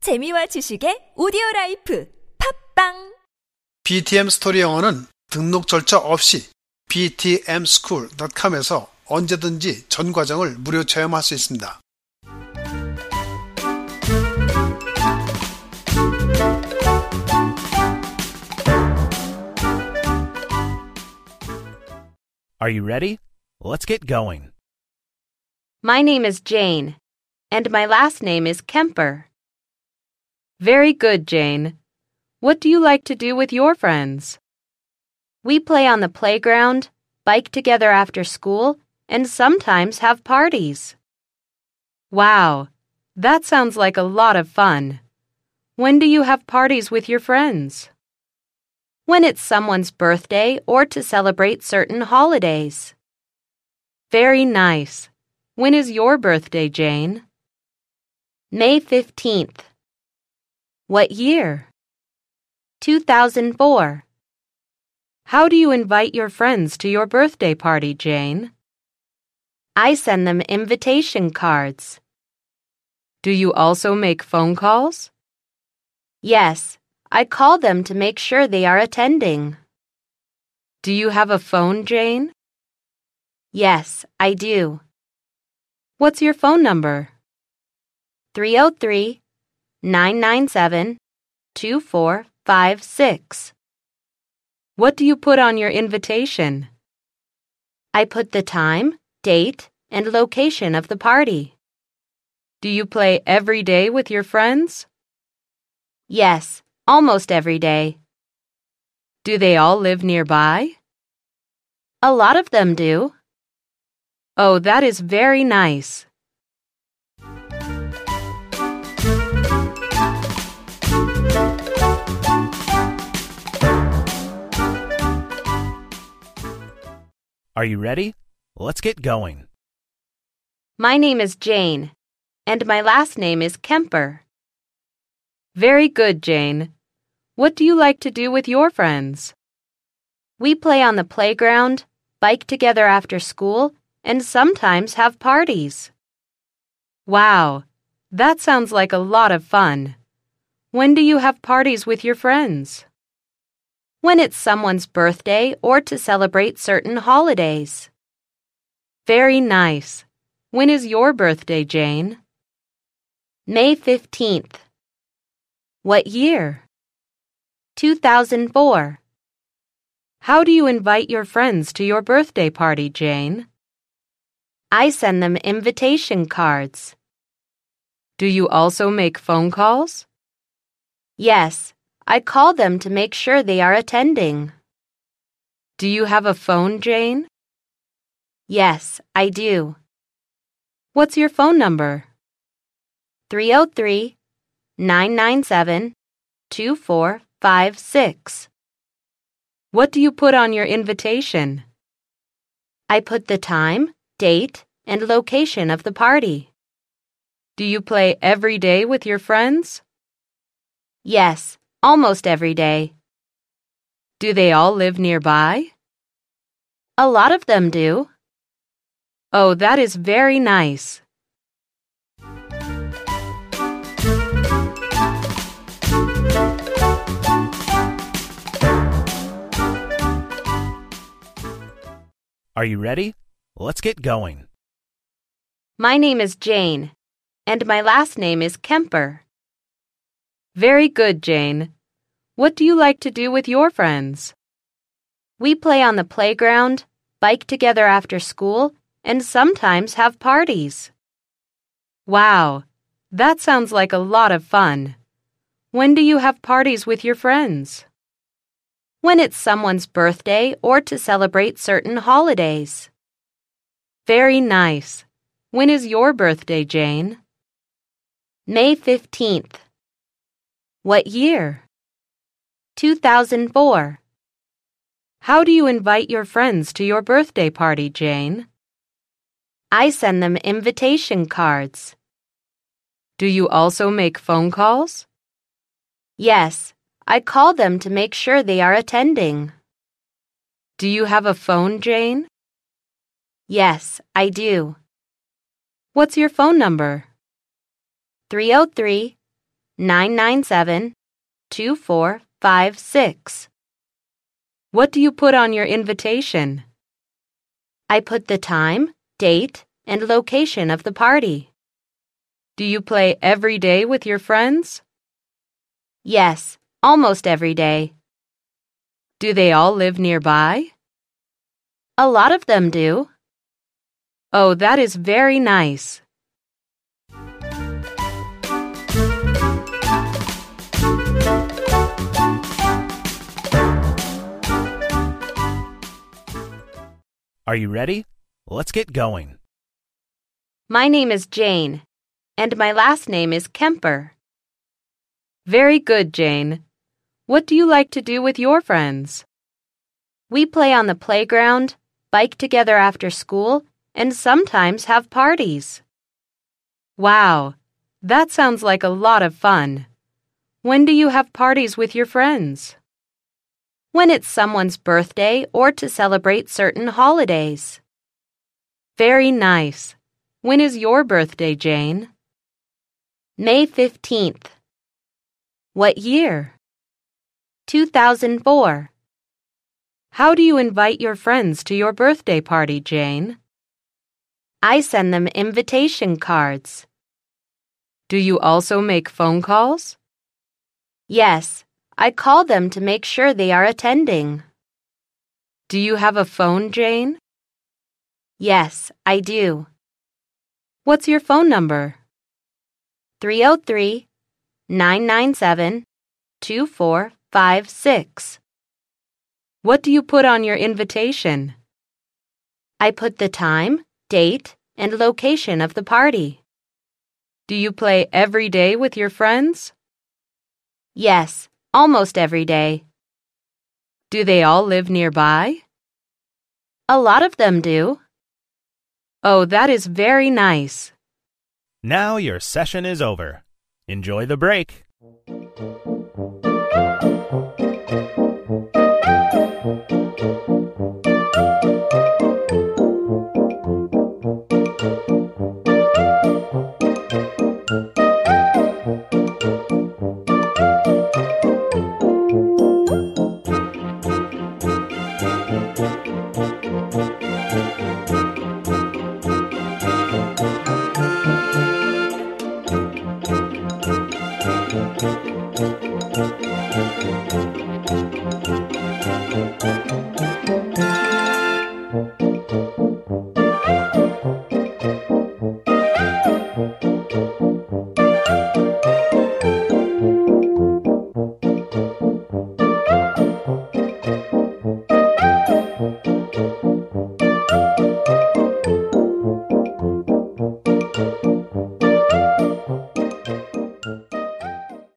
재미와 지식의 오디오 라이프 팝빵 BTM 스토리 영어는 등록 절차 없이 btmschool.com에서 언제든지 전 과정을 무료 체험할 수 있습니다. Are you ready? Let's get going. My name is Jane, and my last name is Kemper. Very good, Jane. What do you like to do with your friends? We play on the playground, bike together after school, and sometimes have parties. Wow, that sounds like a lot of fun. When do you have parties with your friends? When it's someone's birthday or to celebrate certain holidays. Very nice. When is your birthday, Jane? May 15th. What year? 2004. How do you invite your friends to your birthday party, Jane? I send them invitation cards. Do you also make phone calls? Yes, I call them to make sure they are attending. Do you have a phone, Jane? Yes, I do. What's your phone number? 303 997 2456. What do you put on your invitation? I put the time, date, and location of the party. Do you play every day with your friends? Yes, almost every day. Do they all live nearby? A lot of them do. Oh, that is very nice. Are you ready? Let's get going. My name is Jane, and my last name is Kemper. Very good, Jane. What do you like to do with your friends? We play on the playground, bike together after school, and sometimes have parties. Wow, that sounds like a lot of fun. When do you have parties with your friends? When it's someone's birthday or to celebrate certain holidays. Very nice. When is your birthday, Jane? May 15th. What year? 2004. How do you invite your friends to your birthday party, Jane? I send them invitation cards. Do you also make phone calls? Yes, I call them to make sure they are attending. Do you have a phone, Jane? Yes, I do. What's your phone number? 303 997 2456. What do you put on your invitation? I put the time, date, and location of the party. Do you play every day with your friends? Yes, almost every day. Do they all live nearby? A lot of them do. Oh, that is very nice. Are you ready? Let's get going. My name is Jane, and my last name is Kemper. Very good, Jane. What do you like to do with your friends? We play on the playground, bike together after school, and sometimes have parties. Wow, that sounds like a lot of fun. When do you have parties with your friends? When it's someone's birthday or to celebrate certain holidays. Very nice. When is your birthday, Jane? May 15th. What year? 2004. How do you invite your friends to your birthday party, Jane? I send them invitation cards. Do you also make phone calls? Yes, I call them to make sure they are attending. Do you have a phone, Jane? Yes, I oh do. What's your phone number? 303 997 2456. What do you put on your invitation? I put the time, date, and location of the party. Do you play every day with your friends? Yes, almost every day. Do they all live nearby? A lot of them do. Oh, that is very nice. Are you ready? Let's get going. My name is Jane, and my last name is Kemper. Very good, Jane. What do you like to do with your friends? We play on the playground, bike together after school, and sometimes have parties. Wow, that sounds like a lot of fun. When do you have parties with your friends? When it's someone's birthday or to celebrate certain holidays. Very nice. When is your birthday, Jane? May 15th. What year? 2004. How do you invite your friends to your birthday party, Jane? I send them invitation cards. Do you also make phone calls? Yes, I call them to make sure they are attending. Do you have a phone, Jane? Yes, I do. What's your phone number? 303 997 2456. What do you put on your invitation? I put the time, date, and location of the party. Do you play every day with your friends? Yes, almost every day. Do they all live nearby? A lot of them do. Oh, that is very nice. Now your session is over. Enjoy the break.